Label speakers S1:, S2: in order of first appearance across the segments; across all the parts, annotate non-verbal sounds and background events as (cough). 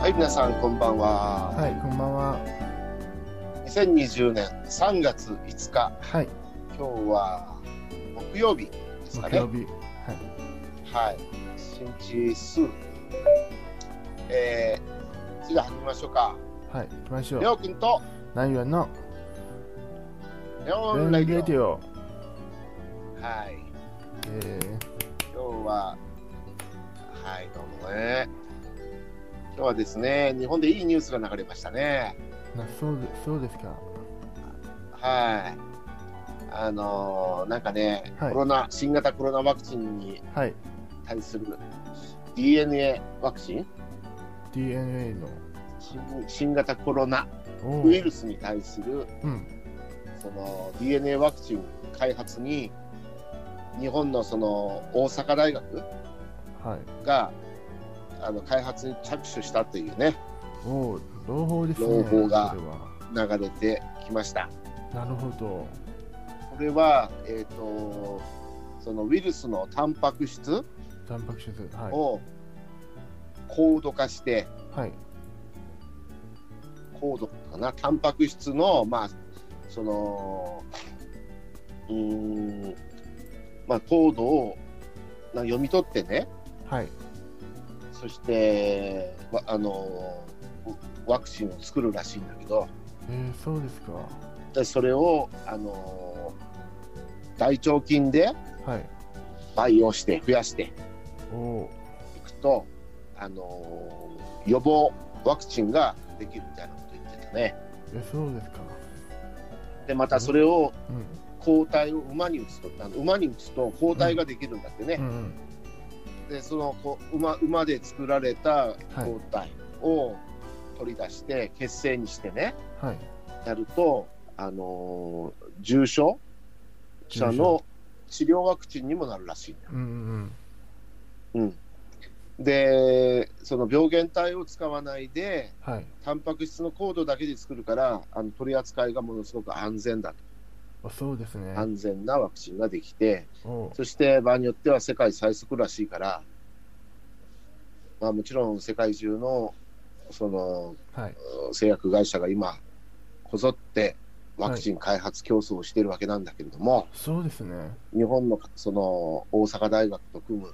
S1: はい、皆さん、こんばんは。
S2: はい、こんばんは。
S1: 2020年3月5日、
S2: はい、
S1: 今日は木曜日ですか
S2: 木
S1: ね。
S2: 曜日。
S1: はい。新地数。えー、それでは始めましょうか。
S2: はい、行きましょ
S1: レ
S2: う。
S1: オ君と
S2: 南園の
S1: レオン
S2: ン
S1: ラ
S2: レ
S1: イ
S2: デ
S1: ディ
S2: ィオ。
S1: オ。はい。
S2: え
S1: 今日は、はい、どうもね。今日はですね、日本でいいニュースが流れましたね。
S2: ー、なそうでそうですか。
S1: はい。あのーなんかね、
S2: はい
S1: コロナ、新型コロナワクチンに
S2: はい、
S1: 対する DNA ワクチン
S2: DNA の。
S1: 新新型コロナ
S2: お
S1: ウイ
S2: ー
S1: ルスに対する
S2: うん、
S1: その DNA ワクチン開発に日本のその大阪大学
S2: はい。
S1: があの開発に着手したというね
S2: おー、朗報ですね。
S1: 朗報が
S2: それは
S1: 流れてきました。
S2: なるほど。
S1: これは、えー、とそのウイルスのタンパク質
S2: タンパク質。は
S1: を高度化して
S2: い。はい。
S1: 高度かなタンパク質のまあそのうーんまあ高度をな読み取ってね
S2: はい。
S1: そしてわあのうワクチンを作るらしいんだけど
S2: えー、そうですか。
S1: でそれをあの大腸菌で
S2: はい。
S1: 培養して増やして
S2: おー、
S1: いくとあの予防ワクチンができるみたいなこと言ってたね。
S2: えそうですか。
S1: でまたそれを
S2: うん、
S1: 抗体を馬に打つとあの馬に打つと抗体ができるんだってね
S2: う、ん、うん。
S1: でそのこう馬馬で作られた抗体を取り出して血清にしてね
S2: はい。
S1: やると、あのー重症者の
S2: 重症
S1: 治療ワクチンにもなるらしいんだ、
S2: うん、うん
S1: うん、でその病原体を使わないで
S2: うん。はい。
S1: タンパク質の高度だけで作るからあの取り扱いがものすごく安全だと
S2: あ、そうですね。
S1: 安全なワクチンができて
S2: おー、
S1: そして場合によっては世界最速らしいから、まあ、もちろん世界中のその
S2: はい。
S1: 製薬会社が今こぞってワクチン開発競争をしているわけなんだけれども、
S2: そうですね。
S1: 日本のその大阪大学と組む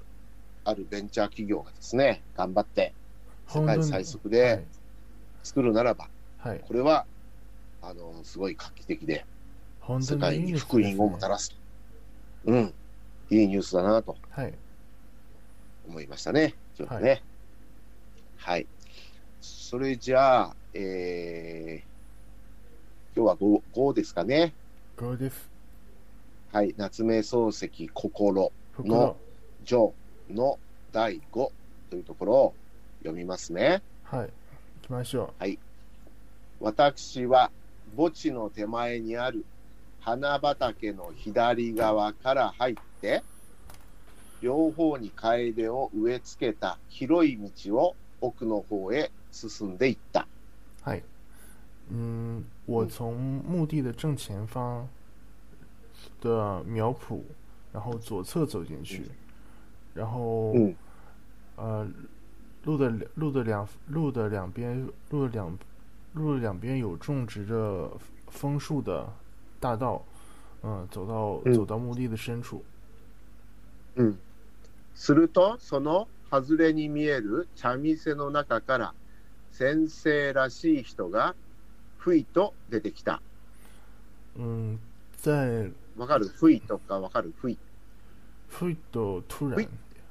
S1: あるベンチャー企業がですね頑張って世界最速で作るならば、
S2: はい。はい。
S1: これはあのすごい画期的で
S2: 本当
S1: 世界
S2: にいい
S1: に
S2: ニュース
S1: 福音をもたらすと、うん、いいニュースだなと
S2: すね。はい。
S1: 思いましたね、今日はね。はい。それじゃあ、えー今日は 5, 5ですかね。
S2: これです。
S1: はい。夏目漱石、心、
S2: 袋。
S1: 情の第5というところを読みますね。
S2: はい。行きましょ
S1: 私は墓地の手前にある花畑の左側から入って、両方に楓を植え付けた広い道を奥の方へ進んでいった。
S2: う。はい。嗯，我从墓地的正前方的苗圃，然后左侧走进去，然后
S1: うん。
S2: 呃，路的两路的两路的两边路的两路的两边有种植着枫树的大道，嗯，走到
S1: 嗯
S2: 走到墓地的深处，
S1: うん、するとその外れに見える茶店の中から先生らしい人がふいと出てきた
S2: 嗯，在
S1: わかるふいとかわかるふい
S2: ふいと突然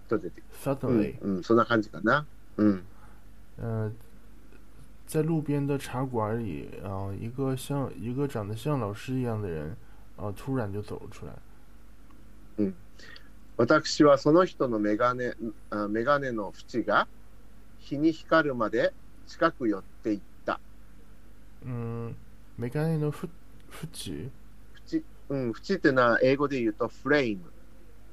S1: と出てきた、う
S2: suddenly
S1: ん。うん、そんな感じかなうん
S2: 呃，在路边的茶馆里，啊、一个像一个长得像老师一样的人，啊、突然就走了出来。
S1: 私はその人の眼鏡あ眼鏡の縁が日に光るまで近く寄っていった
S2: 嗯，メガネのふ縁
S1: 縁,、うん、縁ってのは英語で言うとフレーム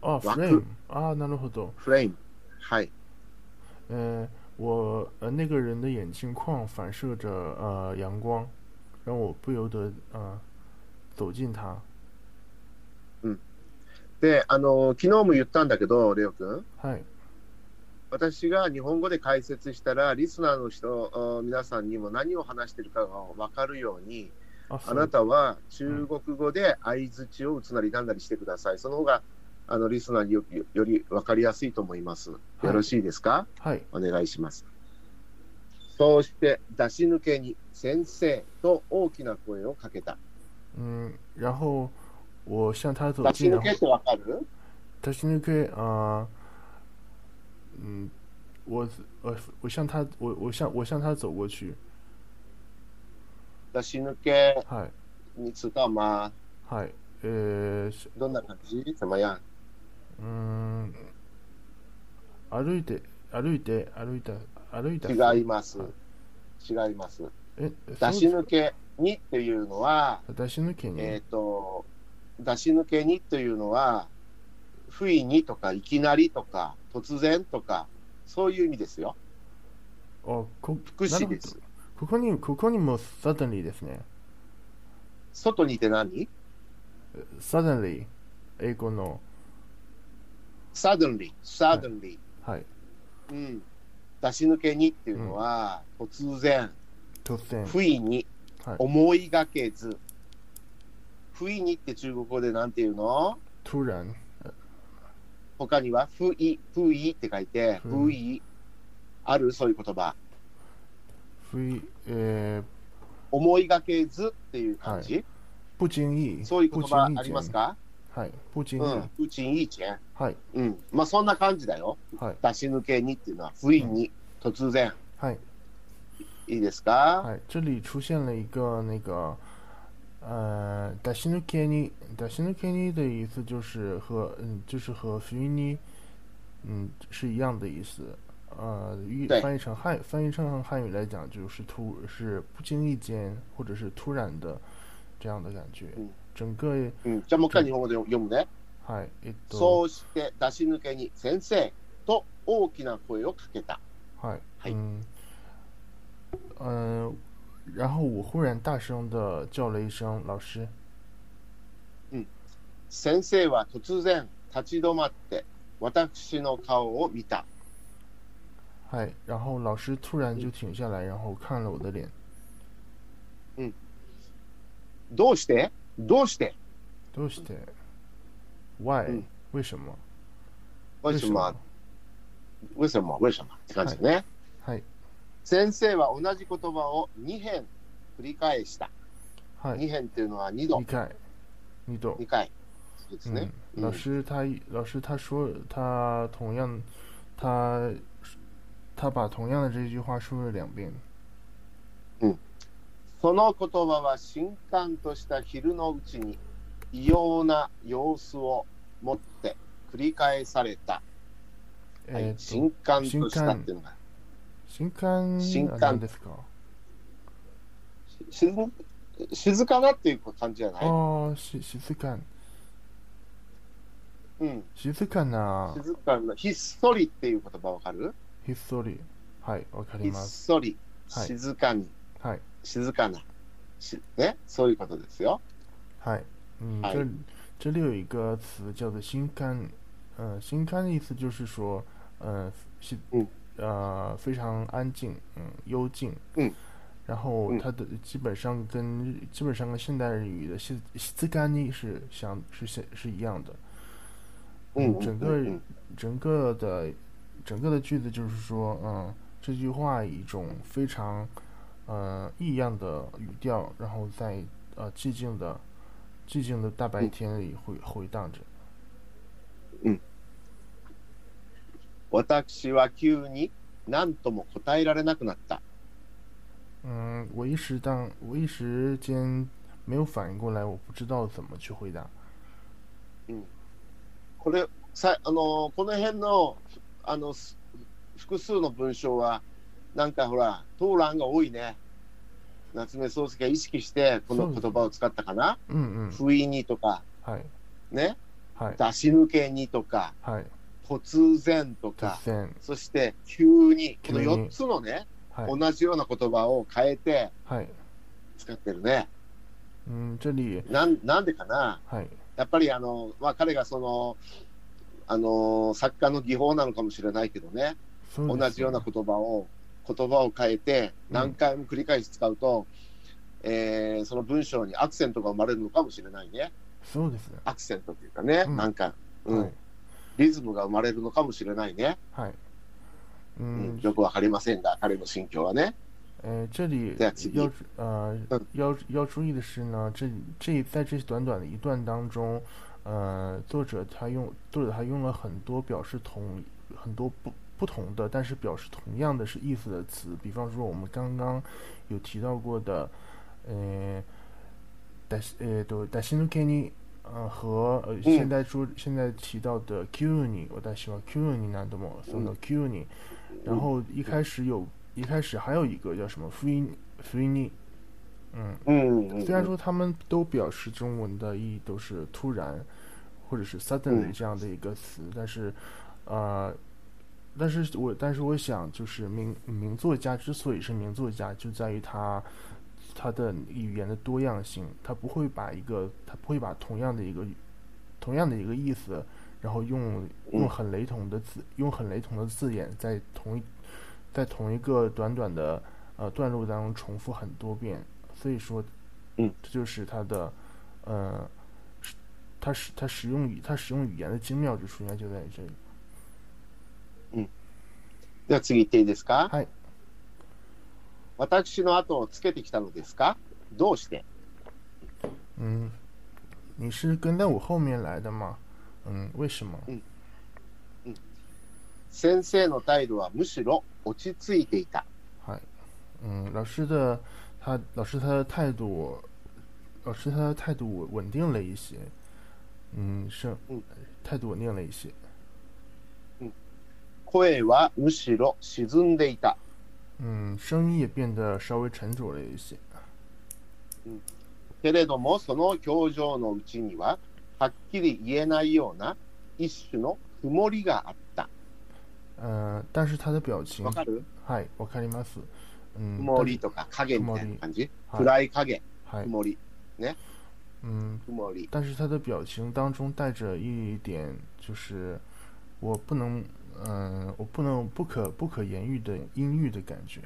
S2: 啊
S1: 枠
S2: ，frame 啊，なるほど。
S1: フレームはい
S2: 呃，我呃那个人的眼镜框反射着呃阳光，让我不由得呃走进它。
S1: で、あの、昨日も言ったんだけど、レオ君。
S2: はい。
S1: 私が日本語で解説したら、リスナーの人、あ皆さんにも何を話してるかが分かるように、
S2: あ、そ
S1: あ
S2: う
S1: なたは中国語で相づちを打つなりなんなりしてください。その方が、あの、リスナーによより分かりやすいと思います。よ
S2: い
S1: ろしいですか、
S2: はい。
S1: お願いします。そうして出し抜けに先生と大きな声をかけた。
S2: 嗯，然后我向他走
S1: 出し
S2: 近，
S1: 抜
S2: 然后
S1: けってわかる
S2: 他现在可以啊，嗯，我呃，我向他，我我向我向他走过去，
S1: 出し抜け
S2: 嗨
S1: につかま、
S2: 嗨，呃，是
S1: どんな感じ怎么样
S2: 嗯，歩いて歩いて歩いた歩いた
S1: 違います。違います。
S2: え
S1: 出し
S2: そう
S1: 抜けにっていうのは、
S2: 出し抜けに、
S1: えっ、と、出し抜けにというのは、不意にとか、いきなりとか、突然とか、そういう意味ですよ。
S2: おこ
S1: 福祉で
S2: な
S1: す
S2: る。ほどここにここにも suddenly ですね
S1: 外にいて何
S2: suddenly 英語の
S1: ?suddenly, suddenly、
S2: はい
S1: うん、出し抜けにっていうのは、突然、
S2: 突然
S1: 不意に、
S2: はい
S1: 思いがけず、不意にって中国語でなんていうの
S2: 突然
S1: 他には、不意、不意って書いて、
S2: うん
S1: 不意、あるそういう言葉。
S2: 不意えー、
S1: 思いがけずっていう感じ、
S2: 不经意
S1: そういう言葉
S2: 不经意
S1: あります
S2: 间
S1: か
S2: はい不
S1: う
S2: 经意、
S1: ん、うちいいじゃん。
S2: はい
S1: うん、まあそんな感じだよ。
S2: はい
S1: 出し抜けにっていうのは、不意に、突然。
S2: はい
S1: いいですか、
S2: はい这里出现了一个那个呃打新的 Kenny 打新的 Kenny 的意思就是和嗯就是和 f i n 嗯是一样的意思。呃，语
S1: 对
S2: 翻译成汉翻译成汉语来讲，就是突是不经意间或者是突然的这样的感觉。
S1: 嗯
S2: 整个
S1: うん、じゃあもう一回日本語で読むね。
S2: 嗨，えっと
S1: そうして出し抜けに先生と大きな声をかけた。
S2: 嗨，
S1: 嗨
S2: 嗯嗯、然后我忽然大声的叫了一声“老师”，
S1: 先生は突然立ち止まって私の顔を見た。
S2: 嗨，然后老师突然
S1: 嗯
S2: 就停下来，然后看了我的脸，
S1: どうしてどうして
S2: どうして？Why？、
S1: 嗯
S2: 为什么？
S1: 为什么？为什么为什么って感じだね、
S2: はい
S1: 先生は同じ言葉を2遍繰り返した。
S2: 嗨，
S1: 2遍っていうのは2度
S2: 你、看，你懂
S1: 2？回。そうですね。
S2: 嗯，老师他老师他说他同样，他他把同样的这句话说了两遍。
S1: その言葉は新刊とした昼のうちに異様な様子を持って繰り返された。は
S2: え
S1: い
S2: っ、と
S1: 新刊としたっていうのが、
S2: 新刊
S1: 新
S2: あ
S1: 刊
S2: 何ですか？
S1: し静静かなっていう感じじゃない、
S2: ああ、し静か
S1: うん、
S2: 静かな
S1: 静かな、ひっそりっていう言葉わかる
S2: ひっそり。はい、わか
S1: ひ
S2: り
S1: っ
S2: ます。
S1: そり、
S2: はい
S1: 静かに、
S2: はい
S1: 静かな、しね、そういうことですよ。
S2: 嗨，嗯，
S1: 嗨
S2: 这这里有一个词叫做“新刊”，呃，“新刊”的意思就是说，呃，是
S1: 嗯
S2: 呃非常安静，嗯，幽静，
S1: 嗯，
S2: 然后
S1: 嗯
S2: 它的基本上跟日基本上跟现代日语的“西西兹干尼”是相是相是一样的，嗯
S1: うんうんう
S2: 整个
S1: ん
S2: 整个的整个的句子就是说，嗯，这句话以一种非常呃异样的语调，然后在呃寂静的寂静的大白
S1: 嗯
S2: 天里回回荡着。
S1: 私は急に何とも答えられなくなった。
S2: 嗯，我一时当我一时间没有反应过来，我不知道怎么去回答。
S1: これさあのこの辺のあのす複数の文章はなんかほら討論が多いね夏目漱石が意識してこの言葉を使ったかな
S2: 嗯嗯，
S1: 不意にとか
S2: 嗨
S1: ね
S2: 嗨
S1: 出し抜けにとか
S2: 嗨，
S1: 突然と
S2: 突
S1: か
S2: 然，
S1: そして急にこ
S2: 急
S1: の
S2: に
S1: 4つのね
S2: 嗨
S1: 同じような言葉を変えて
S2: 嗨
S1: 使ってるね
S2: 嗯，这里
S1: なんなんでかな、
S2: はい
S1: やっぱりあの、まあ、彼がそのあの作家の技法なのかもしれないけどね、
S2: そうですね
S1: 同じような言葉を言葉を変えて何回も繰り返し使うと、えーその文章にアクセントが生まれるのかもしれないね。
S2: そうですね。
S1: アクセントというかね、
S2: うん
S1: なんか、うん
S2: はい
S1: リズムが生まれるのかもしれないね。
S2: はい。う
S1: うんん、よくわかりませんが、彼の心境はね。
S2: 呃，这里
S1: 再次一
S2: 要注呃
S1: 嗯
S2: 要要注意的是呢，这这在这短短的一段当中，呃，作者他用作者他用了很多表示同很多不不同的，但是表示同样的是意思的词，比方说我们刚刚有提到过的，呃，だし呃对だしのけに呃和
S1: 嗯
S2: 呃现在说现在提到的 Q に私は Q になんともその
S1: 嗯
S2: Q に然后一开始有，一开始还有一个叫什么福音福音尼，嗯，
S1: うん、うん
S2: 虽然说他们都表示中文的意义都是突然或者是 suddenly
S1: 嗯
S2: 这样的一个词，但是，呃，但是我但是我想就是名名作家之所以是名作家，就在于他他的语言的多样性，他不会把一个他不会把同样的一个同样的一个意思，然后用
S1: 嗯
S2: 用很雷同的字用很雷同的字眼在同一在同一个短短的呃段落当中重复很多遍，所以说，
S1: 嗯，
S2: 这就是他的呃，是他使他使用语他使用语言的精妙之处应该就在于这里。
S1: では次行っていいですか。
S2: はい。
S1: 私の後をつけてきたのですかどうして
S2: 嗯，你是跟在我后面来的吗？嗯，为什么？
S1: 先生の態度はむしろ落ち着いていた。
S2: 嗯，老师的他老师他的态度，老师他的态度稳定了一些。嗯，是
S1: 嗯，
S2: 态度稳定了一些。
S1: 声はむしろ沈んでいた。
S2: 嗯，声音也变得稍微沉着了一些。
S1: けれども、その表情のうちには、はっきり言えないような一種の曇りがあった。
S2: 呃，但是他的表情
S1: わ，かる
S2: 嗨，我看你们死，嗯，
S1: 曇
S2: 但
S1: り
S2: 是
S1: とか影みたいな感じ。
S2: は
S1: 暗
S2: い
S1: い影、
S2: 嗨，
S1: 曇り、
S2: 嗯，
S1: 曇り。
S2: 但是他的表情当中带着一点，就是我不能，嗯、我不能不可不可言喻的阴郁的感觉。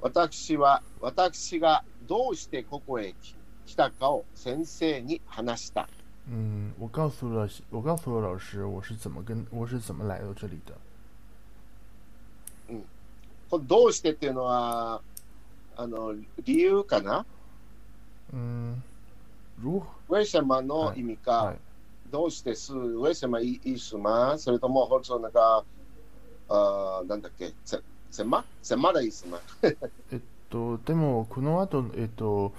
S1: 私は、私がどうしてここへ来来たかを先生に話した。
S2: 嗯，我告诉了我告诉了老师，我是怎么跟我是怎么来到这里的。
S1: このどうしてっていうのは、あの、理由かな
S2: 嗯，如何？
S1: ウェイシャマンの意味か、
S2: はい
S1: どうしてす、ウェイシャマンいいすまそれとも、ほんとなんか、あーなんだっけ、せ、せませまらいすま。
S2: とでもこの後えっと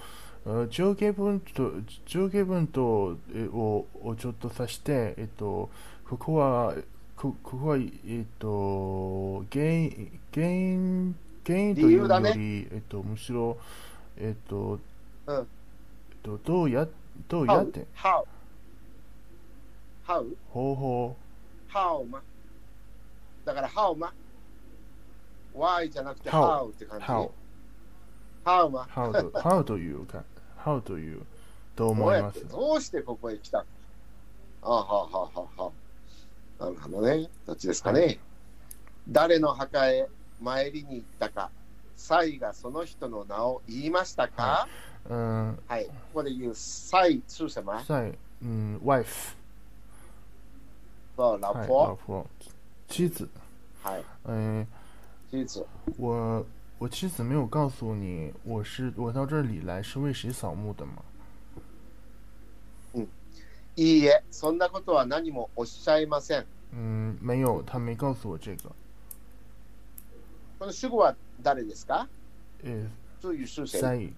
S2: あ上下文と上下文とえををちょっと指してえっとここはこここはえっと原因原因原因というよ
S1: 理由だね
S2: り、えっとむしろえっと、
S1: うん
S2: えっとどうやどうやっ
S1: How?
S2: て
S1: How? How?
S2: 方法
S1: How? まだから、How? ま Why じゃなくて、
S2: How
S1: How って感じ。
S2: how
S1: How? ま
S2: how do how do you か how do you と
S1: どう
S2: 思い
S1: や
S2: ま
S1: って
S2: す。
S1: どうしてここへ来たのあはあはあはあはあなるほどね。どっちですかね。
S2: は
S1: 誰の墓へ参りに行ったか、サイがその人の名を言いましたか、
S2: うん
S1: はい、ここで言うサイ、する什么
S2: 在嗯 wife
S1: そう、ラ
S2: はい
S1: ポ
S2: 老婆妻子
S1: ー。はい。
S2: 嗯。
S1: 事実。
S2: 我我妻子没有告诉你，我是我到这里来是为谁扫墓的吗？
S1: いいえ、そんなことは何もおっしゃいません。
S2: 嗯，没有，他没告诉我这个。
S1: この主語は誰ですか
S2: 呃，
S1: という主語。
S2: 在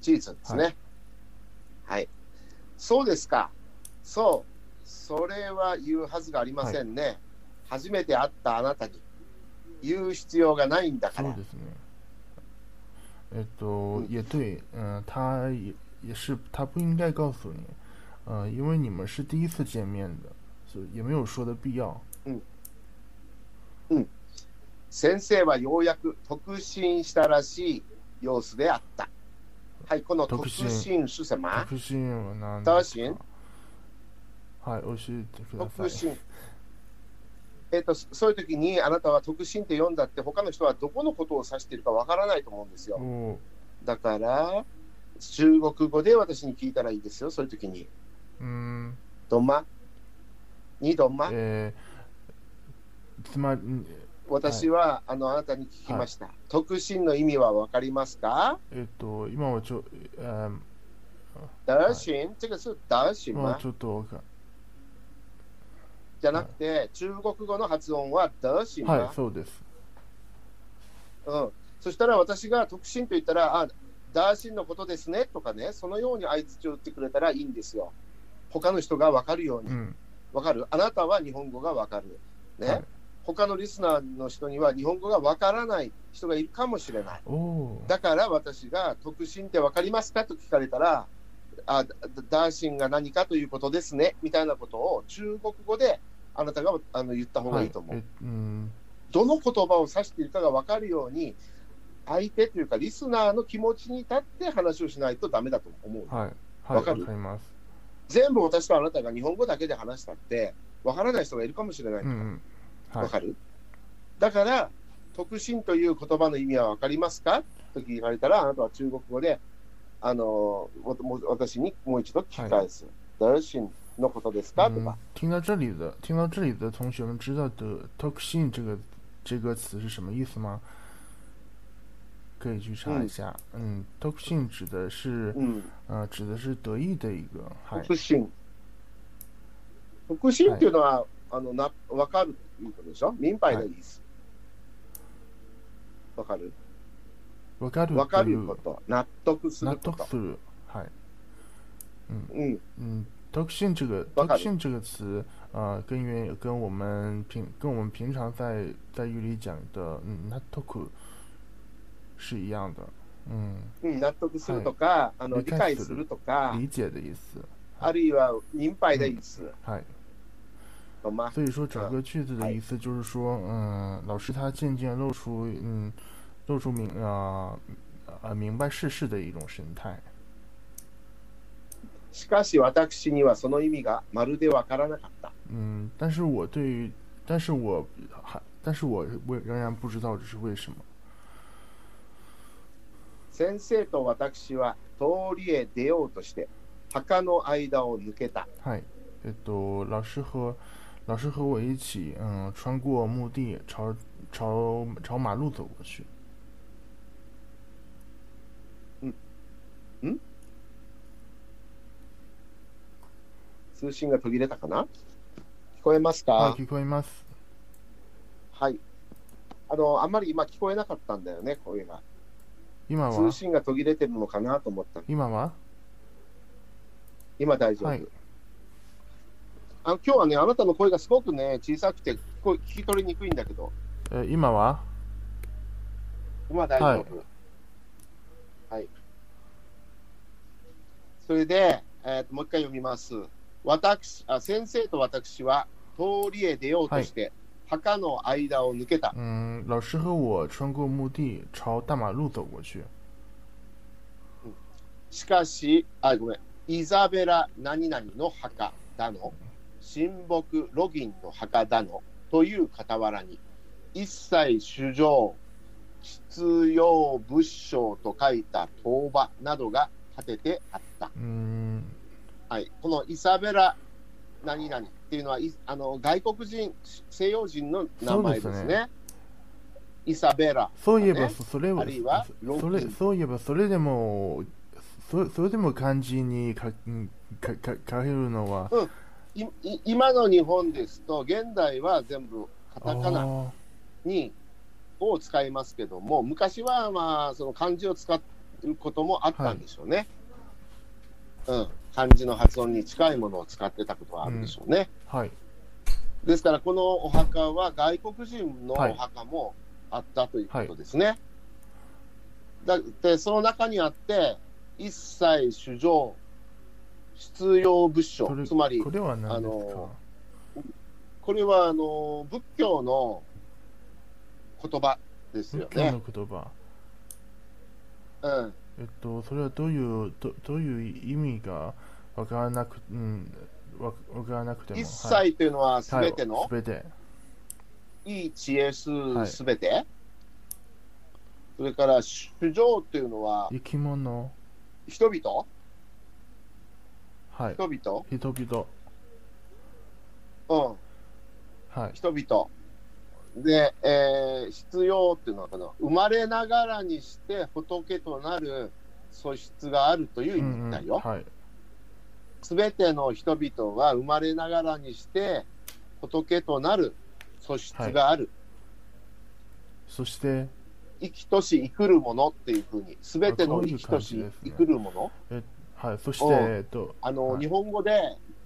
S1: 事実ですね。はい。そうですか。そう。それは言うはずがありませんね。初めて会ったあなたに言う必要がないんだか
S2: そう
S1: ら。
S2: ですね。えっと、呃也对，嗯、他也也是，他不应该告诉你，呃，因为你们是第一次啊见面的，所以也没有说的必要。
S1: 先生はようやく特進したらしい様子であった。はい、この特
S2: 特進
S1: 進すせま、
S2: 特進は何です
S1: 特進
S2: かはい、教えてくだ
S1: 特
S2: さい。
S1: 進。えっと、そそういう時にあなたは特進って読んだって他の人はどこのことを指しているかわからないと思うんですよ。
S2: お
S1: だから、中国語で私に聞いたらいいですよ、そういう時に。
S2: うん、
S1: どんまにどんま
S2: えー、つまり、ん
S1: 私は、あのあなたに聞きました。特進の意味はわかりますか
S2: えっと、今はちょ、えー、
S1: ダーシン、这个是ダーシン
S2: 今は
S1: 吗
S2: ちょっとわか
S1: じゃなくて、中国語の発音はダーシン吗、
S2: はい、そうです。
S1: うん、そしたら私が特進と言ったら、あ、ダーシンのことですねとかね、そのように相槌を打ってくれたらいいんですよ。他の人がわかるよう
S2: う
S1: に。
S2: ん、
S1: わかるあなたは日本語がわかる。ね、
S2: はい
S1: 他のリスナーの人には日本語がわからない人がいるかもしれない。
S2: おおー、
S1: だから私が特進ってわかりますかと聞かれたら、あだダーシンが何かということですねみたいなことを中国語であなたがあの言った方がいいと思う。
S2: えうん、
S1: どの言葉を指しているかが分かるように、相手というか、リスナーの気持ちに立って話をしないとダメだと思う。
S2: はい、はい、
S1: わ
S2: わ
S1: か
S2: か
S1: る
S2: ります。
S1: 全部私とあなたが日本語だけで話したって、分からない人がいるかもしれない。
S2: うん、うん、は
S1: 分
S2: い。
S1: かる、だから、特進という言葉の意味は分かりますかと聞かれたら、あなたは中国語で、あのもも私にもう一度聞き返す。特進のことですかと
S2: 嗯
S1: か。，
S2: 听到这里的听到这里的同学们知道的 “toxin” 这个这个词是什么意思吗？可以去查一
S1: 嗯
S2: 下。嗯，“toxin” 指的是
S1: うん。
S2: 呃指的是德意的一个海。
S1: 特進。特進っていうのは、あのな分かるっていうことでしょ民配の意思。わ、かる
S2: わかる
S1: わか
S2: とい
S1: るこ
S2: う
S1: と。納得す
S2: 納
S1: るこ
S2: 得
S1: と。
S2: する。はい。
S1: うん。
S2: 嗯，“toxin” 这个
S1: わかる
S2: “toxin” 这个词呃根源跟我们平跟我们平常在在语里讲的嗯 n a t o k 是一样的。嗯，
S1: うん、納得するとか、あの理
S2: 理解
S1: 解
S2: する
S1: するとか、
S2: 理解的意思。
S1: あるいは民配の意思。
S2: 嗨。
S1: 懂吗
S2: 所以说整
S1: 嗯
S2: 个句子的
S1: 哎
S2: 意思就是说，嗯，老师他渐渐露出，嗯，露出明啊啊明白世事的一种神态。
S1: しかし私にはその意味がまるでわからなかった。
S2: 嗯，但是我对于，但是我还，但是我我仍然不知道这是为什么。
S1: 先生と私は通りへ出ようとして、墓の間を抜けた。
S2: 嗨，呃，都老师和老师和我一起，嗯，穿过墓地，朝朝朝马路走过去。
S1: 通信が途切れたかな聞こえますか、
S2: はい、聞こえます。
S1: はい。あの、あんまり今聞こえなかったんだよね、声が。
S2: 今
S1: 通
S2: は
S1: 信が途切れてるのかなと思った。
S2: 今は
S1: 今大丈夫。
S2: はい
S1: あの今日はね、あなたの声がすごくね、小さくて、声聞き取りにくいんだけど、
S2: 呃今は
S1: 今大丈夫。はい。それで、えーともう一回読みます。私あ先生と私は通りへ出ようとして、墓の間を抜けた。
S2: 嗯，老师和我穿过墓地，朝大马路走过去。
S1: しかし、あ、ごめん、イザベラ何々の墓だの、神木ロギンの墓だの、という傍らに、一切主情、必要物証と書いた塔場などが立ててあった。
S2: 嗯，
S1: はい、このイザベラ何々っていうのは、いあの外国人、西洋人の名前ですね。
S2: そうですね
S1: イザベラ、
S2: そういえ
S1: ね
S2: ば、そそれ
S1: 哎あ
S2: は
S1: るいは
S2: そそ
S1: ロッキ
S2: れ
S1: ー
S2: そういえばそれでもそそれでも漢字に書かか書けるのは
S1: いい今の日本ですと、現代は全部カタカナ。
S2: あ
S1: にを使いますけども、昔はまあその漢字を使うこともあったんでしょうね。うん、漢字の発音に近いものを使ってたことはあるでしょうね。
S2: ーはい
S1: ですから、このお墓は外国人の
S2: はい
S1: お墓もあったということですね。だって、その中にあって、一切主情、必要物
S2: こ
S1: 証、
S2: れ
S1: つまり
S2: こ、れは何です
S1: あ
S2: か
S1: のこれはあの仏教の言葉ですよ
S2: 今
S1: ね。
S2: 日の言葉。
S1: うん。
S2: えっと、それはどういう、どどういう意味がわからなく、うん、わわからなくても。
S1: 一
S2: はい
S1: 切というのはすべて
S2: は
S1: の
S2: い、全て。
S1: いい知恵す
S2: い
S1: すべて。それから、主情というのは
S2: 生き物。
S1: 人々
S2: はい。
S1: 人
S2: 人々。
S1: 々うん。
S2: はい。
S1: 人々。で、えー必要っていうのはこの、生まれながらにして仏となる素質があるという意味だよ。
S2: はい。
S1: すべ、ての人々は生まれながらにして仏となる素質がある。
S2: そして、
S1: 生きとし生くるものっていうふうに、すべて
S2: あ
S1: の
S2: そうい
S1: 生
S2: う
S1: きと
S2: 感
S1: し
S2: じです
S1: 生
S2: ね
S1: くるもの。
S2: はい。そして、
S1: お
S2: えっと、
S1: あの、
S2: はい
S1: 日本語で、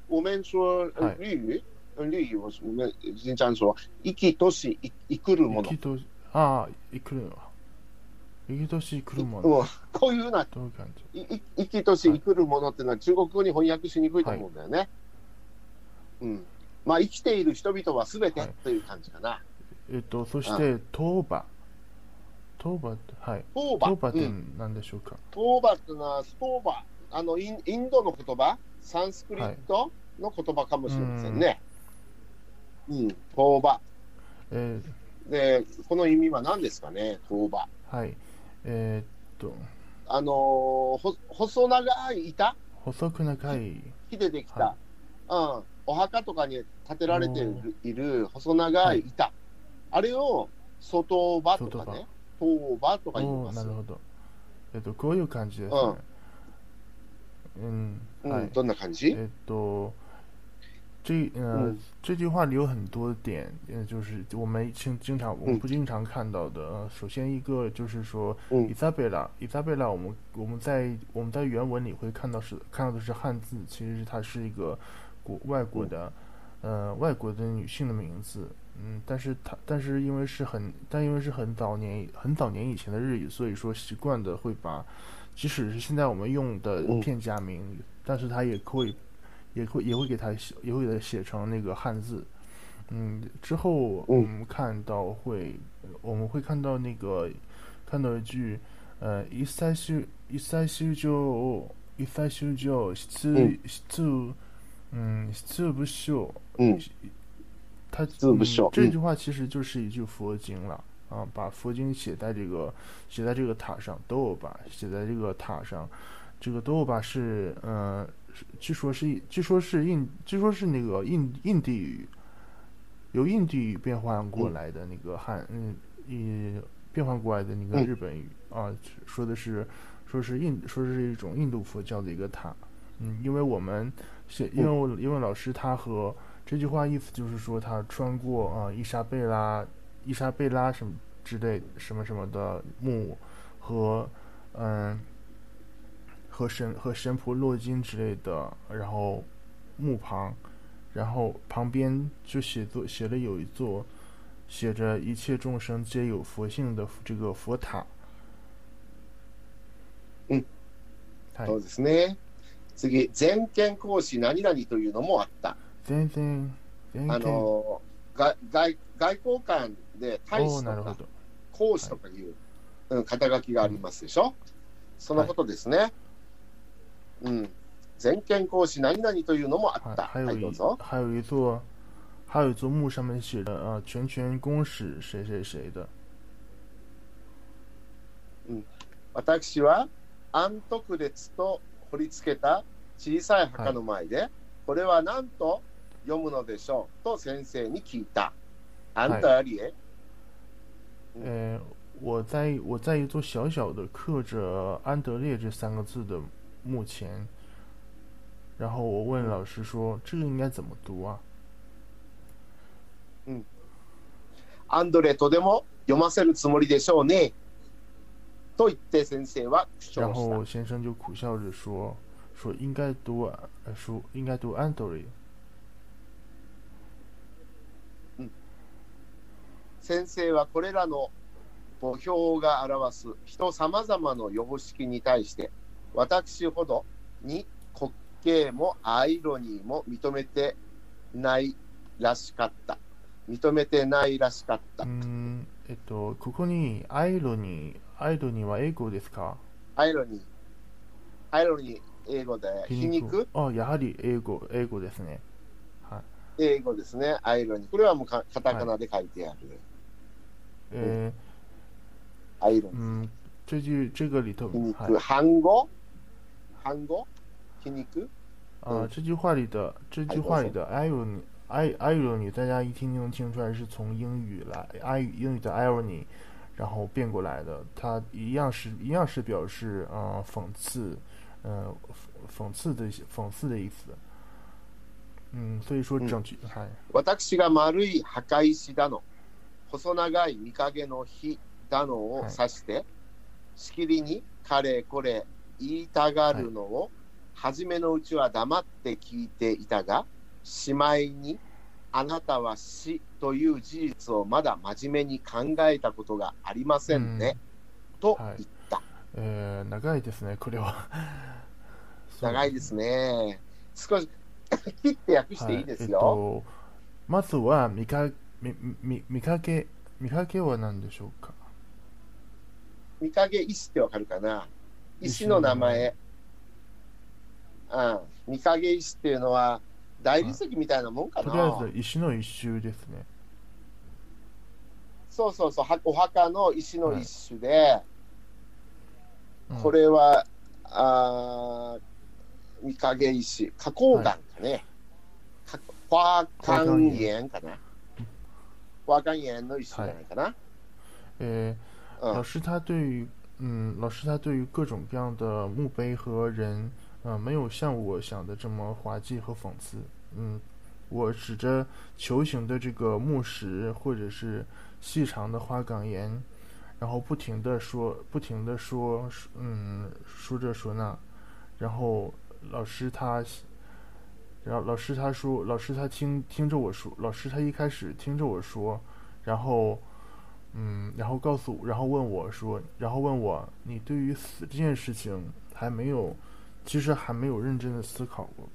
S1: 我们说
S2: はい
S1: 日语、日语我我们金ちゃん说生きとし生生くるもの。
S2: 生きとし、ああ、来るの。生きとし来るもの。
S1: うんこういうふうな
S2: どういう感じ
S1: いい生きとし生くるものっていうのは中国語に翻訳しにくいと思うんだよね。うん。まあ生きている人々は全て
S2: はい
S1: という感じかな。
S2: えっと、そして、トーバ。トーバ、はい。
S1: トー
S2: ト
S1: バ。
S2: ーバっ
S1: う
S2: て
S1: ん
S2: 何でしょうか、
S1: トーバっていうのはストーバ。あのインインドの言葉、サンスクリットの言葉かもしれませんね。うん。トーバ。
S2: え
S1: で、この意味は何ですかね、トーバ。
S2: ーはい。えーっと、
S1: あのーほ細長い板
S2: 細く長い。
S1: 木でできた、うん、お墓とかに建てられているいる細長い板、あれを外場とかね、東場とか言い
S2: お
S1: ま
S2: ー
S1: す
S2: なる。ほど。えっと、こういう感じですね。うん、
S1: う
S2: はい
S1: ん、。どんな感じ、
S2: えっと，这呃、
S1: 嗯
S2: 这句话里有很多点，呃，就是我们经经常我们
S1: 嗯
S2: 不经常看到的。呃首先一个就是说，
S1: 嗯
S2: 伊莎贝拉，伊莎贝拉，我们我们在我们在原文里会看到是看到的是汉字，其实它是一个国外国的，呃，外国的女性的名字。嗯，但是它但是因为是很但因为是很早年以很早年以前的日语，所以说习惯的会把，即使是现在我们用的
S1: 嗯
S2: 片假名，但是它也会也会也会给它写也会给它写成那个汉字。嗯，之后我们看到会，我们会看到那个看到一句，呃，一三修一三修就一三修就四
S1: 嗯
S2: 四，嗯四不修，
S1: うん、
S2: 他
S1: 字嗯不朽
S2: 嗯。这
S1: 嗯
S2: 句话其实就是一句佛经了啊，把佛经写在这个写在这个塔上，都有吧，写在这个塔上。这个都有吧是呃，是据说是一据说是印据说是那个印印地语，由印地语变换过
S1: 嗯
S2: 来的那个汉嗯一变换过来的那个
S1: 嗯
S2: 日本语、啊，说的是说是印说是一种印度佛教的一个塔。嗯，因为我们写，因为我因为老师他和这句话意思就是说他穿过啊、呃伊莎贝拉、伊莎贝拉什么之类什么什么的墓和嗯和神和神婆洛金之类的，然后墓旁，然后旁边就写作写了有一座写着一切众生皆有佛性的这个佛塔。
S1: 嗯，
S2: はい
S1: そうですね。次、全権講師何々というのもあった。
S2: 全然全
S1: あ
S2: 然
S1: のーが外外交官で大
S2: お
S1: 使
S2: ーな
S1: と
S2: るほ
S1: か
S2: ど。
S1: 講師とかいう、うん、肩書きがありますでしょ、そのことですね。うん。全権講師何々というのもあ
S2: 还
S1: った。
S2: 还
S1: は
S2: 有
S1: い、どう
S2: 一
S1: ぞ。
S2: 还有一座，还有一座墓上面写着呃全权公使谁谁谁的。
S1: 私は安徳列と彫り付けた小さい墓の前で、これは何と読むのでしょうと先生に聞いた。あんたありえ、
S2: 呃，我在我在一座小小的刻着“安德烈”这三个字的墓前，然后我问老师说：“这个应该怎么读啊
S1: アンドレとでも読ませるつもりでしょうね。と言って先生は？”口
S2: 然
S1: 調し
S2: 后先生就苦笑着说：“说应该读啊，呃说应该读安德烈。
S1: た。先生はこれらの墓標が表す人様々の様式に対して私ほどに滑稽もアイロニーも認めてないらしかった。認めてないらしかった。
S2: 嗯，えっと、ここにアイロニー、アイロニーは英語ですか
S1: アイロニー。アイロニー、英語で。皮肉
S2: あ、やはり英語、英語ですね。はい。
S1: 英語ですね。アイロニー。これはもうかカタカナで書いてある。
S2: え
S1: アイロ
S2: ー、
S1: ニー。
S2: 嗯，这句这个里头
S1: 皮
S2: 还
S1: 肉。韓語韓語皮肉
S2: 啊、
S1: 嗯
S2: 这句话里的这句话里的 irony i irony，大家一听就能听出来是从英语来 i 英语的 irony，然后变过来的。它一样是一样是表示呃讽刺，呃讽讽刺的讽刺的意思。嗯，所以说
S1: 嗯
S2: 整句嗨、
S1: 私が丸い墓石だの、細長い見かけの火だのを指して、しきりにかれこれ言いたがるのを、初めのうちは黙って聞いていたが、しまいに、あなたは死という事実をまだ真面目に考えたことがありませんね、と
S2: はい
S1: 言った。
S2: えー、長いですねこれは。そ
S1: (laughs)
S2: う
S1: 長いですね。少し (laughs) 切って訳していいですよ。
S2: はいえっと、まずは見か見見見かけ見かけは何でしょうか
S1: 見かけ石ってわかるかな石
S2: 石
S1: の
S2: の
S1: 名
S2: 名
S1: 前
S2: 前。
S1: うん。見かけ石っていうのは大理石みたいなもんか
S2: とりあ
S1: な
S2: えず石の一周ですね。
S1: そうそうそう。はお墓の石の一種で、
S2: うん
S1: これは、あー見かけ石。花崗岩かね。花
S2: 花
S1: 崗
S2: 崗
S1: 岩かな。花崗岩の一種じゃないかな。
S2: え
S1: う
S2: ー
S1: ん
S2: 老师他对于嗯，老师他对于各种各样的墓碑和人，呃，没有像我想的这么滑稽和讽刺。嗯，我指着球形的这个墓石或者是细长的花岗岩，然后不停的说，不停的说，说嗯，说这说那，然后老师他。然后老师他说，老师他听听着我说，老师他一开始听着我说，然后嗯，然后告诉，然后问我说，然后问我，你对于死这件事情还没有，其实还没有认真的思考过吧？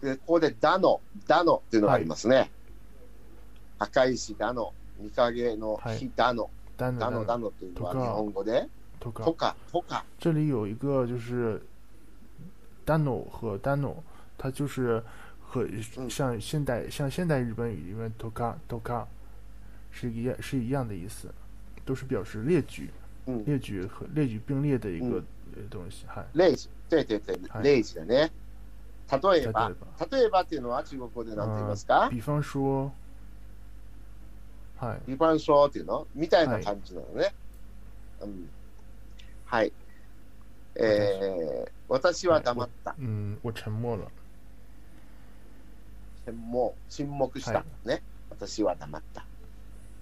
S1: でここでダノ、ダノっていうのがありますね。赤石ダノ、御影の
S2: は
S1: 火
S2: い
S1: ダノ、
S2: 单的
S1: ダノダ
S2: 单
S1: ノっていうのは
S2: とか
S1: 日本語で、
S2: 都
S1: と
S2: 搞。
S1: か、とか、
S2: 这里有一个就是单 a 和单 a 它就是和
S1: 嗯
S2: 像现代像现代日本语里面 “toka toka” 是一样是一样的意思，都是表示列举
S1: うん、
S2: 列举和列举并列的一个
S1: 嗯
S2: 呃东西，还
S1: レイジ、ててて
S2: は、い
S1: レイジだね。例えば
S2: 例え、ば
S1: 例えばっていうのは中国語で何て言いますか
S2: 嗯比方说，嗨，
S1: リバンショーっていうのみたいな感じなのね。うんはい。えー、私は黙った。
S2: 嗯，我沉默了。
S1: もう沈黙した、
S2: はい
S1: ね。私は黙った。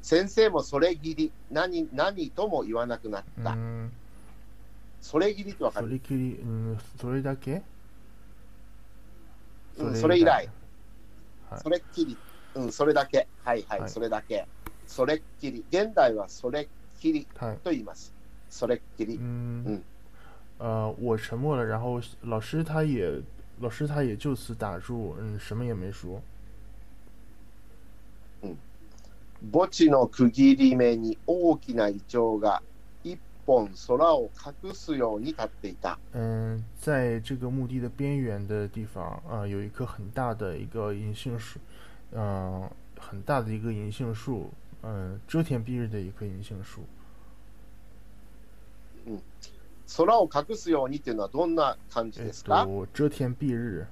S1: 先生もそれぎり、何何とも言わなくなった。
S2: 嗯，
S1: それぎりってわか
S2: そ
S1: る
S2: れきり、嗯，それだけ。
S1: うんそれ嗯以来。
S2: はい
S1: それっきり。うん、それだけ。はいはい、
S2: はい
S1: それだけ。それっきり。現代はそれっきり
S2: はい。
S1: と言います。それっきり。
S2: 嗯
S1: 嗯，
S2: 呃，我沉默了，然后老师他也，老师他也就此打住，嗯，什么也没说。
S1: 墓地の区切り目に大きなイチョウが一本空を隠すように立っていた。
S2: 嗯，在这个墓地的边缘的地方啊、有一棵很大的一个银杏树，嗯、很大的一个银杏树，嗯、遮天蔽日的一棵银杏树。
S1: 空を隠すようにっていうのはどんな感じ
S2: え
S1: で
S2: っ
S1: すか、
S2: と、哎遮天蔽日。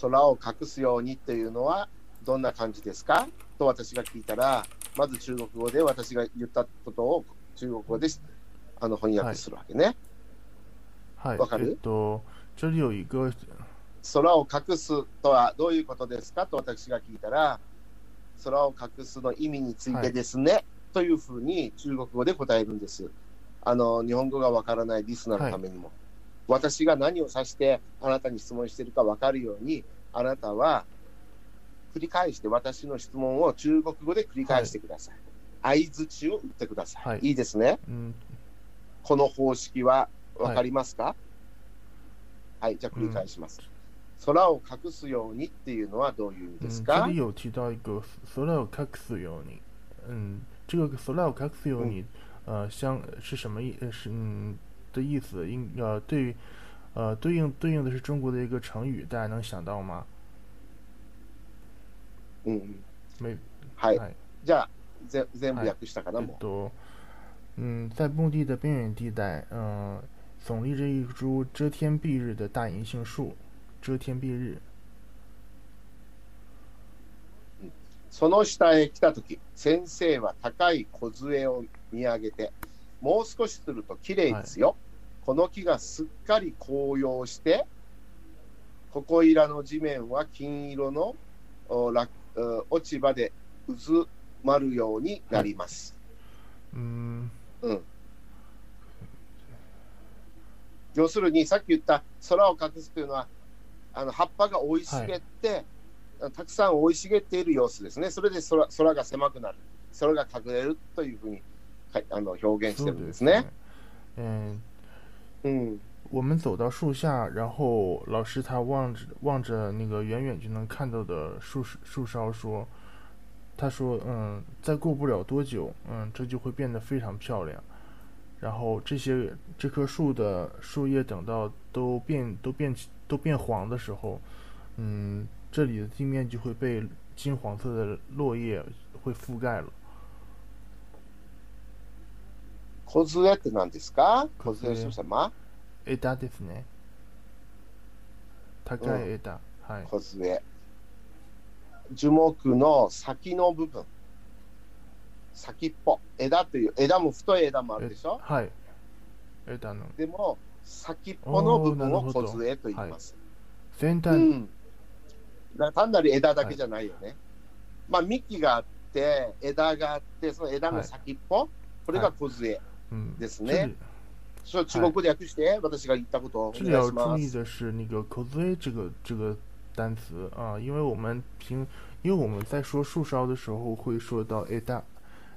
S1: 空を隠すようにっていうのはどんな感じですかと私が聞いたら、まず中国語で私が言ったことを中国語でしあの翻訳するわけね。
S2: はい
S1: わか。る
S2: えっと、这里有一个
S1: 空を隠すとはどういうことですかと私が聞いたら、空を隠すの意味についてですね、というふうに中国語で答えるんです。あの日本語がわからないリスナーのためにも、私が何を指してあなたに質問してるかわかるように、あなたは繰り返して私の質問を中国語で繰り返してください。相槌を打ってください。
S2: はい
S1: いいですね。
S2: 嗯
S1: この方式はわかりますか、はい、じゃあ繰り返します。空を隠すようにっていうのはどういう意味です
S2: 嗯，
S1: か、
S2: 这里有提到一个 “solo c a x i o n 嗯，这个 “solo c a x i o
S1: 嗯
S2: n 呃，相是什么意？呃是嗯的意思？应呃对于呃对应对应的是中国的一个成语，大家能想到吗？
S1: うんうん、
S2: 没，
S1: はい、
S2: はい
S1: じゃあぜ全部訳したかな、
S2: え
S1: も
S2: っと、嗯，在墓地的边缘地带，嗯、耸立着一株遮天蔽日的大银杏树，遮天蔽日。
S1: うその下へ来た時先生は高い梢を見上げてもう少しすると綺麗ですよ、この木がすっかり紅葉してここいらの地面は金色のお落お落ち葉で渦まるようになります、
S2: 嗯，
S1: 要するにさっき言った空を隠すというのはあの葉っぱが生い茂って、たくさん生い茂っている様子ですねそれで空空が狭くなる空が隠れるというふうにかあの表現してるんですね。。
S2: 嗯，
S1: うん
S2: 我们走到树下，然后老师他望着望着那个远远就能看到的树树梢说：“他说，嗯，再过不了多久，嗯，这就会变得非常漂亮。然后这些这棵树的树叶等到都变都变都变黄的时候，嗯，这里的地面就会被金黄色的落叶会覆盖了。
S1: 小杖って何ですか小
S2: 小杖
S1: 杖諸様
S2: 枝ですね。高い枝，はい。
S1: 小杖。樹木の先の部分。先っぽ。枝という、枝も太い枝もあるでしょ
S2: はい。枝の
S1: でも、先っぽの部分
S2: お
S1: を
S2: ーなるほ
S1: 小
S2: ど
S1: 杖と言います。
S2: 先端、
S1: うん。だから単なる枝だけじゃないよね。まあ、幹があって、枝があって、その枝の先っぽ、これが小杖
S2: 嗯，
S1: ですね。
S2: 这里
S1: それを中国語で訳して、私が言ったことをお
S2: 这里
S1: 願い
S2: 要
S1: し
S2: 注
S1: ま
S2: 意
S1: す。
S2: 的是那个 cosy 这个这个单词啊，因为我们平因为我们在说树梢的时候会说到 a 大，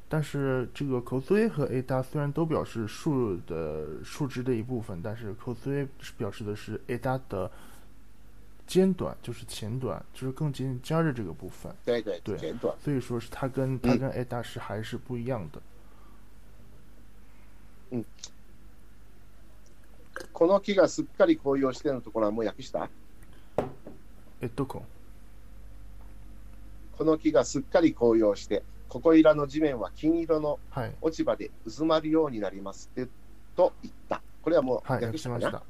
S2: 但是这个 cosy 和 a 大虽然都表示树的树枝的一部分，但是 cosy 表示的是 a 大的尖短，就是前短，就是更接近尖儿的这个部分，
S1: 对对
S2: 对
S1: 前段
S2: 所以说是它跟
S1: 嗯
S2: 它跟 a 大是还是不一样的。
S1: この木がすっかり紅葉してのところはもう訳した
S2: えっとこ
S1: この木がすっかり紅葉して、ここいらの地面は金色の
S2: はい
S1: 落ち葉で渦まるようになりますってと言った。これはもう
S2: はい
S1: 訳
S2: 訳
S1: し
S2: した
S1: か
S2: ま
S1: な、
S2: し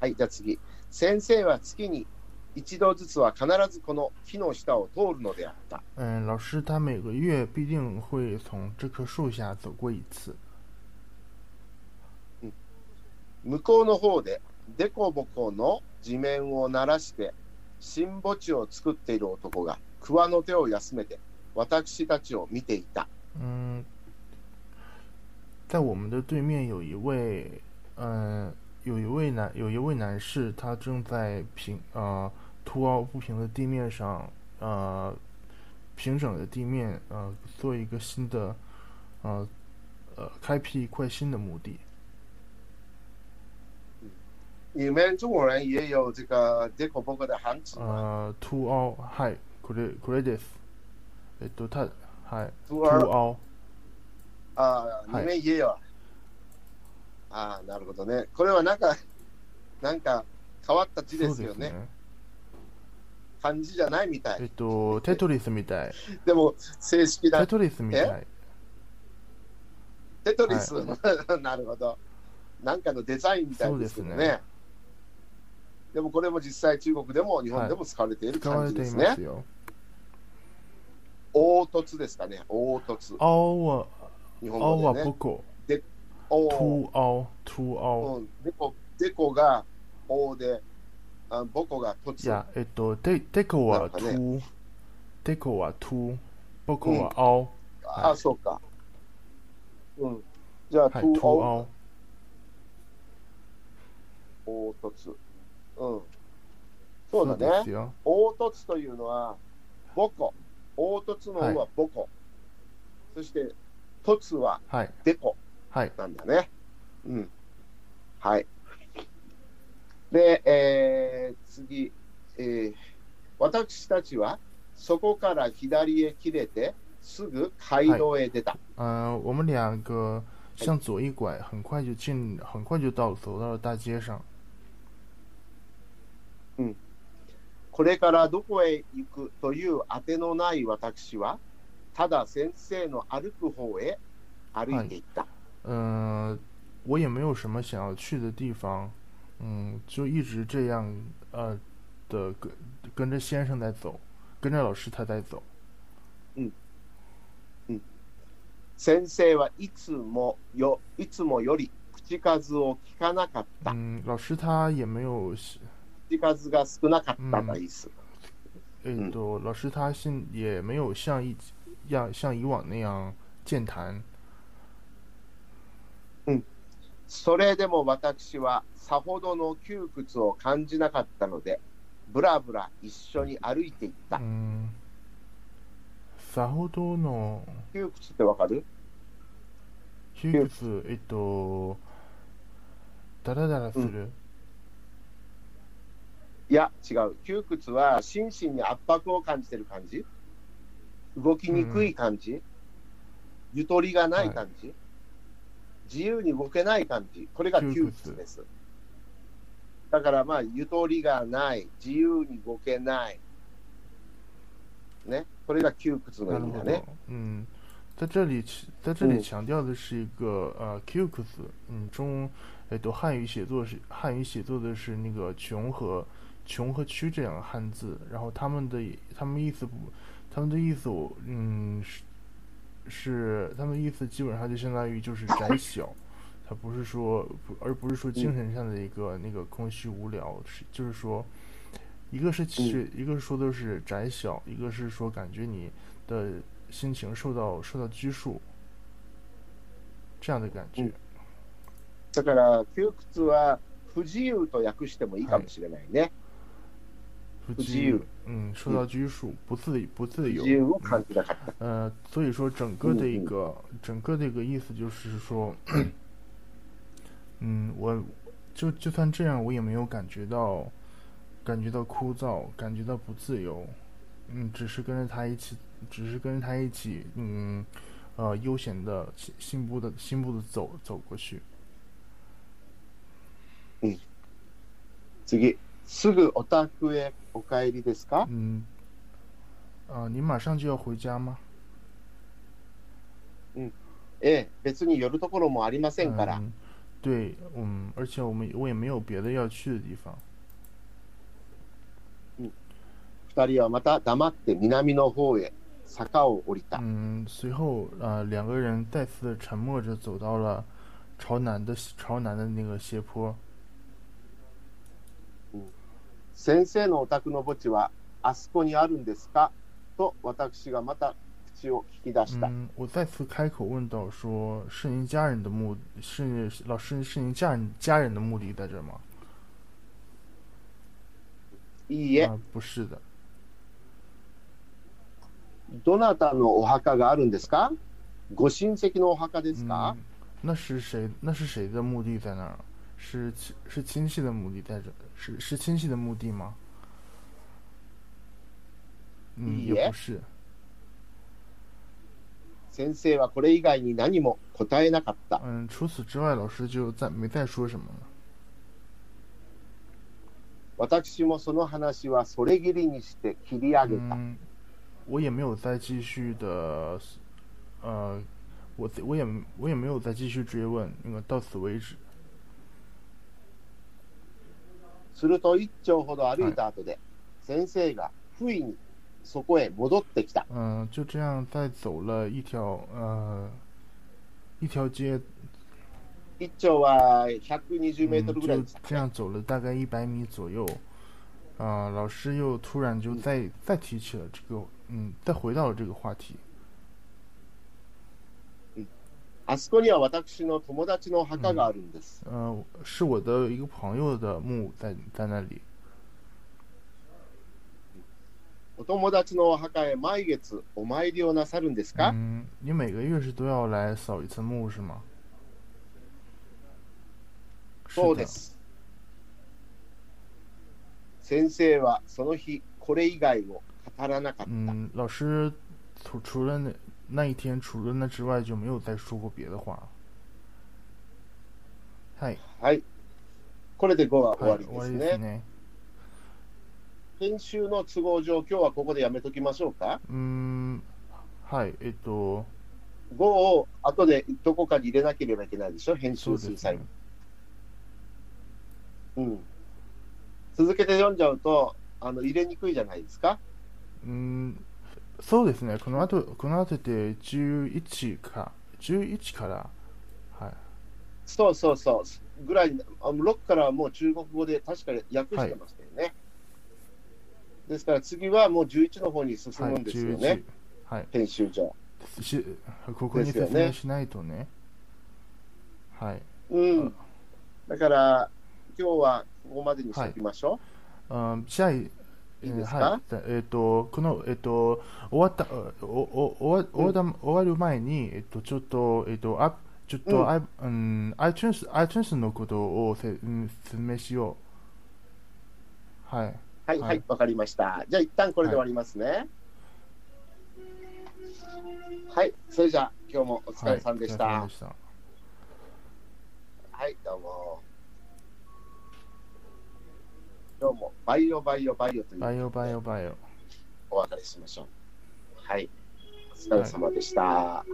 S1: はい、
S2: た。
S1: じゃあ次。先生は月に一度ずつは必ずこの木の下を通るのであった。
S2: 嗯，老师他每个月必定会从这棵树下走过一次。
S1: 向こうの方で、でこぼこの地面を鳴らして、新墓地を作っている男が、桑の手を休めて、私たちを見ていた。
S2: 嗯，在我们的对面有一位，嗯、有一位男有一位男士，他正在平呃凸凹不平的地面上，呃平整的地面，呃做一个新的，呃呃开辟一块新的墓地。
S1: 你们中国人也有这个でこぼこ的行指吗？
S2: 呃，凸凹，哎嗨，これこれです。えっとた、はい、
S1: 徒
S2: 凸
S1: 儿
S2: 凹。
S1: ああ、
S2: はい
S1: にめ言えよ。ああ、なるほどね。これはなんか、なんか変わった字
S2: そ
S1: で
S2: う
S1: すよね。
S2: ね。
S1: 漢字じゃないみた
S2: えっ
S1: い。
S2: と、テトリスみたい。
S1: でも、正式
S2: テ
S1: だ。
S2: トリスみたい。
S1: テトリス、 (laughs) なるほど。なんかのデザインみたいですけどね。
S2: そう
S1: で
S2: ですね
S1: もこれも実際中国でも日本でも使われている
S2: 使わ
S1: 漢
S2: れ
S1: 字
S2: て
S1: で
S2: い
S1: す
S2: ま
S1: ね。
S2: すよ。
S1: 凹凸ですかね。凹凸。
S2: 凹は、
S1: 日本
S2: 凹
S1: 語
S2: は
S1: で
S2: ぼ
S1: ね。
S2: こ。
S1: 凹
S2: 凸凹、凸凹。
S1: うんでこ、でこが凹で、あぼこが
S2: い
S1: 凸。
S2: や、えっと、テテコは
S1: なんか
S2: 凸。テコは凸。ぼこは凹。
S1: あ、
S2: はい
S1: そうか。うん。じゃあ、
S2: はい、
S1: 凸
S2: 凸
S1: 凹、凹
S2: 凹。
S1: 凸。うん。そ
S2: そう
S1: う
S2: で
S1: だ
S2: す
S1: ね。
S2: よ。
S1: 凹凸というのは、母コ。凹凸の方は母コ。そして、凸は
S2: はい、
S1: デコ
S2: はい。
S1: なんだね。うん。はい。で、えー次、えー私たちはそこから左へ切れて、すぐ街道へ出た。
S2: 呃，我们两个向左一拐，很快就进，很快就到走到了大街上。
S1: これからどこへ行くという当てのない私は、ただ先生の歩く方へ歩いていった。
S2: 嗯，我也没有什么想要去的地方，嗯，就一直这样呃的跟跟着先生在走，跟着老师他在走。
S1: 先生はいつもよいつもより口数を聞かなかった。
S2: 嗯，老师他也没有，
S1: 口数が少なかったがいいです。
S2: 呃，
S1: 嗯
S2: 都老师他现也没有像一样像以往那样健谈。
S1: それでも私はさほどの窮屈を感じなかったので、ぶらぶら一緒に歩いていった。
S2: 嗯，さほどの
S1: 窮屈ってわかる
S2: 窮屈えっとだらだらする。
S1: いや、違う。窮屈は心身に圧迫を感じてる感じ動きにくい感じ、ゆとりがない感じ、自由に動けない感じ。これが窮屈です。だからまあ、ゆとりがない、自由に動けない。ね。これが窮屈の
S2: な
S1: 意
S2: る
S1: 味
S2: ほ
S1: だね
S2: ど。。嗯，在这里其，在这里
S1: 嗯
S2: 强调的是一个呃 “q” 字，嗯，中，哎，读汉语写作是汉语写作的是那个“穷”和“穷”和“区”这两个汉字，然后他们的他们意思不，他们的意思我嗯是是他们意思基本上就相当于就是窄小。它不是说，不而不是说精神上的一个、那个空虚无聊，是就是说，一个是其实、一个是说的是窄小，一个是说感觉你的心情受到受到拘束，这样的感觉。
S1: 嗯だから、窮屈は不自由と訳してもいいかもしれないね。
S2: 不
S1: 不
S2: 自
S1: 自
S2: 由
S1: 由，
S2: 嗯，受到拘束，不自
S1: 不
S2: 不自
S1: 自由
S2: 由。
S1: を感じなかった。
S2: 呃，所以说整个的一
S1: 嗯嗯
S2: 个整个的一个意思就是说，嗯，我就就算这样，我也没有感觉到感觉到枯燥，感觉到不自由。嗯，只是跟着他一起，只是跟着他一起，嗯，呃，悠闲的信步的信步的走走过去。
S1: 次、すぐお宅へお帰りですか
S2: 嗯，啊，你马上就要回家吗？
S1: ええ、別に寄るところもありませんから、
S2: 嗯，对，嗯，而且我们我也没有别的要去的地方。
S1: 二人はまた黙って南の方へ坂を降りた。
S2: 嗯，随后呃，两个人再次沉默着走到了朝南的朝南的那个斜坡。
S1: 先生のお宅の墓地はあそこにあるんですかと私がまた口を聞き出した。
S2: 嗯，我再次开口问道说：“是您家人的墓？是老师是您家人家人的墓地在这吗
S1: いい？”え、
S2: 啊，不是的。
S1: どなたのお墓があるんですかご亲戚のお墓ですか
S2: 嗯、，那是谁？那是谁的墓地在那儿？啊是亲是亲戚的墓地在这？是是亲戚的墓地吗？嗯，
S1: いい
S2: 也
S1: え
S2: 不是。
S1: 先生はこれ以外に何も答えなかった。
S2: 嗯，除此之外，老师就再没再说什么了。
S1: 私もその話はそれぎりにして切り上げた。
S2: 嗯，我也没有再继续的，呃，我我也我也没有再继续追问，那个到此为止。
S1: すると一丁ほど歩いた後で、先生が不意にそこへ戻ってきた。
S2: 嗯、就这样再走了一条呃一条街，
S1: 一丁は
S2: 嗯
S1: 120メートルぐらい
S2: 就
S1: でした、
S2: 这样走了大概一百米左右。啊、老师又突然就再、再提起了这个，嗯，再回到了这个话题。
S1: あそこには私の友達の墓があるんです。
S2: 嗯、是我的一个朋友的墓在在那里。
S1: お友達のお墓へ毎月お参りをなさるんですか、
S2: 嗯，你每个月是都要来扫一次墓是吗？是
S1: そう
S2: 的
S1: で。す。先生はその日これ以外を語らなかった。
S2: 嗯，老师除除了那那一天，除了那之外，就没有再说过别的话了。はい、
S1: はい。これで5は終
S2: は
S1: わ
S2: い、
S1: り
S2: 終
S1: で
S2: わ
S1: す
S2: り
S1: ね。
S2: ですね。
S1: 編集の都合上、今日はここでやめときましょうか。
S2: うん、はい、えっと、
S1: 5を後でどこかに入れなければいけないでしょ、編
S2: そ
S1: 集
S2: う
S1: す
S2: で
S1: る
S2: す
S1: 際
S2: ね
S1: に。。うん。続けて読んじゃうと、あの入れにくいじゃないですか。
S2: うん、そうですね。この後、この後で11か、11から、はい。
S1: そうそうそう。ぐらいに、あの6からはもう中国語で確かに訳してましたよね。ですから次はもう11の方に進
S2: はい、
S1: むんですよね、
S2: 11。はい。
S1: 編集上。
S2: しここに
S1: ですよね
S2: 説明しないとね。はい。
S1: うん。だから、今日はここまでにしておきましょ
S2: うん、じゃあ、い
S1: いいですか
S2: はい、じゃあえっ、と、この、えっ、と、終わった、おおお終わ終わ終わる前に、えっ、と、ちょっと、えっ、と、あちょっ
S1: う
S2: と、
S1: ん
S2: あうん、iTunes、iTunes のことをせ、うん、説明しよう。はい。
S1: う。はい、
S2: は
S1: はいい、わ、かりました。じゃあ一旦これで終わりますね。はい、それじゃあ今日もお疲れさんでした。
S2: はいお疲れ
S1: は
S2: 様
S1: い
S2: で、した。
S1: どうも。今日もバイオバイオバイオという
S2: バイオバイオバイオ。
S1: お別れしましょう。はい。お疲れ様でした。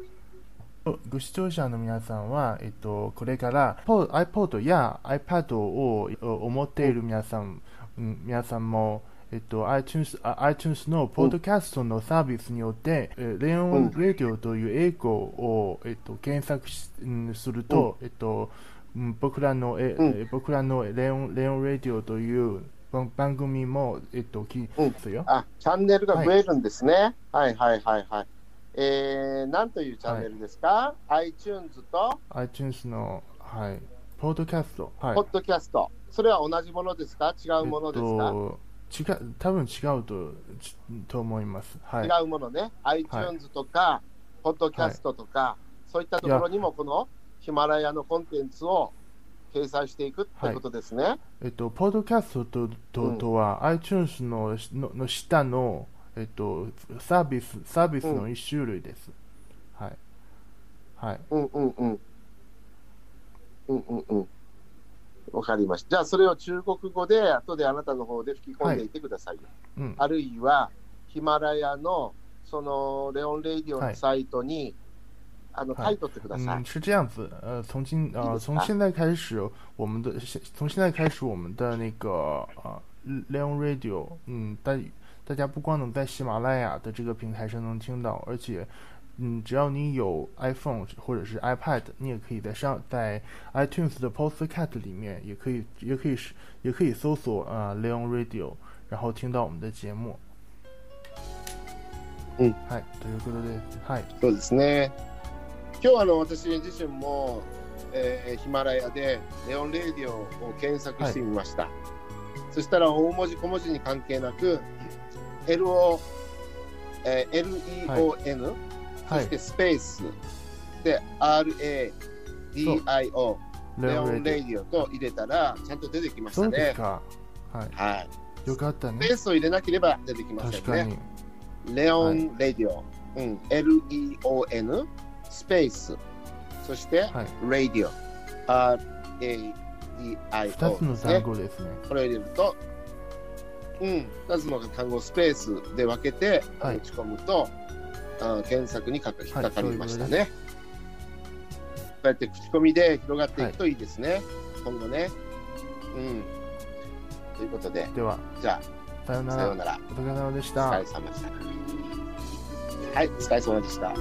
S2: ご視聴者の皆さんは、えっと、これからポ iPod や iPad をお持っている皆さん,、うん、皆さんも、えっと、iTunes, あ iTunes のポッドキャストのサービスによって、えレオン・レディオという英語を、えっと、検索しうんすると、えっと、うん僕らのえ、
S1: うん
S2: え僕らのレオン・レオン・レディオという番番組も、えっと、聞い
S1: うん
S2: ますよ。
S1: あ、チャンネルが増えるんですね。はい、はい、はい、はい。えー、なんというチャンネルですか、?iTunes と
S2: iTunes の、はい、ポッドキャスト。はい
S1: ポッドキャスト。それは同じものですか違うものですか、
S2: えっと、違う多分違うとちと思います。はい。
S1: 違うものね。iTunes とか、ポッドキャストとか、そういったところにもこのヒマラヤのコンテンツを掲載していくってことですね。
S2: えっと、ポッドキャストとと,、
S1: うん
S2: とは iTunes ののの下の、えっと、サービスサービスの一種類です。はい。はい。
S1: うんうんうん。うんうんうん。わかりました。じゃあ、それを中国語で、後であなたの方で吹き込んでいてください。
S2: うん。
S1: あるいは、ヒマラヤの、その、レオン・レイディオのサイトに、あの、
S2: はい
S1: 書いとってください。
S2: 嗯，是这样子。呃，从今
S1: 你
S2: 呃，
S1: 的
S2: 从
S1: 答
S2: 现在开始，我们的现从现在开始，我们的那个呃，Leon Radio，嗯，大大家不光能在喜马拉雅的这个平台上能听到，而且，嗯，只要你有 iPhone 或者是 iPad，你也可以在上在 iTunes 的 Podcast 里面也可以也可以是也可以搜索呃 Leon Radio，然后听到我们的节目。
S1: 嗯，
S2: 嗨，ということで、嗨，
S1: そうですね。今日あの私自身も、えーヒマラヤでレオン・レイディオを検索してみました。そしたら大文字小文字に関係なく、LO、えー LEON、そ
S2: 嗨
S1: してスペース、で RADIO、レオン・レイディオと入れたらちゃんと出てきまし
S2: そ
S1: た
S2: うで
S1: ね。
S2: すか。はい。
S1: はい。
S2: よかった
S1: ス
S2: ね
S1: ペ。ースを入れなければ出てきません
S2: 確か
S1: ね。
S2: に。
S1: レオン・レディオ、うん、LEON スペースそして、
S2: はい。
S1: レディオ RADIO
S2: 二つの
S1: です
S2: 単
S1: ね
S2: 語ですね。
S1: これを入れると、うん、2つの単語をスペースで分けて
S2: はい
S1: 打ち込むと、あー検索にかか引っかかりましたね、こうやって口コミで広がっていくといいですね、今後ねうんということで
S2: では、
S1: じゃ
S2: さよう
S1: あ
S2: な
S1: さような
S2: ら。
S1: ら
S2: お疲れ様でし
S1: お
S2: た
S1: 疲れ。様でしたはいお疲れ様でした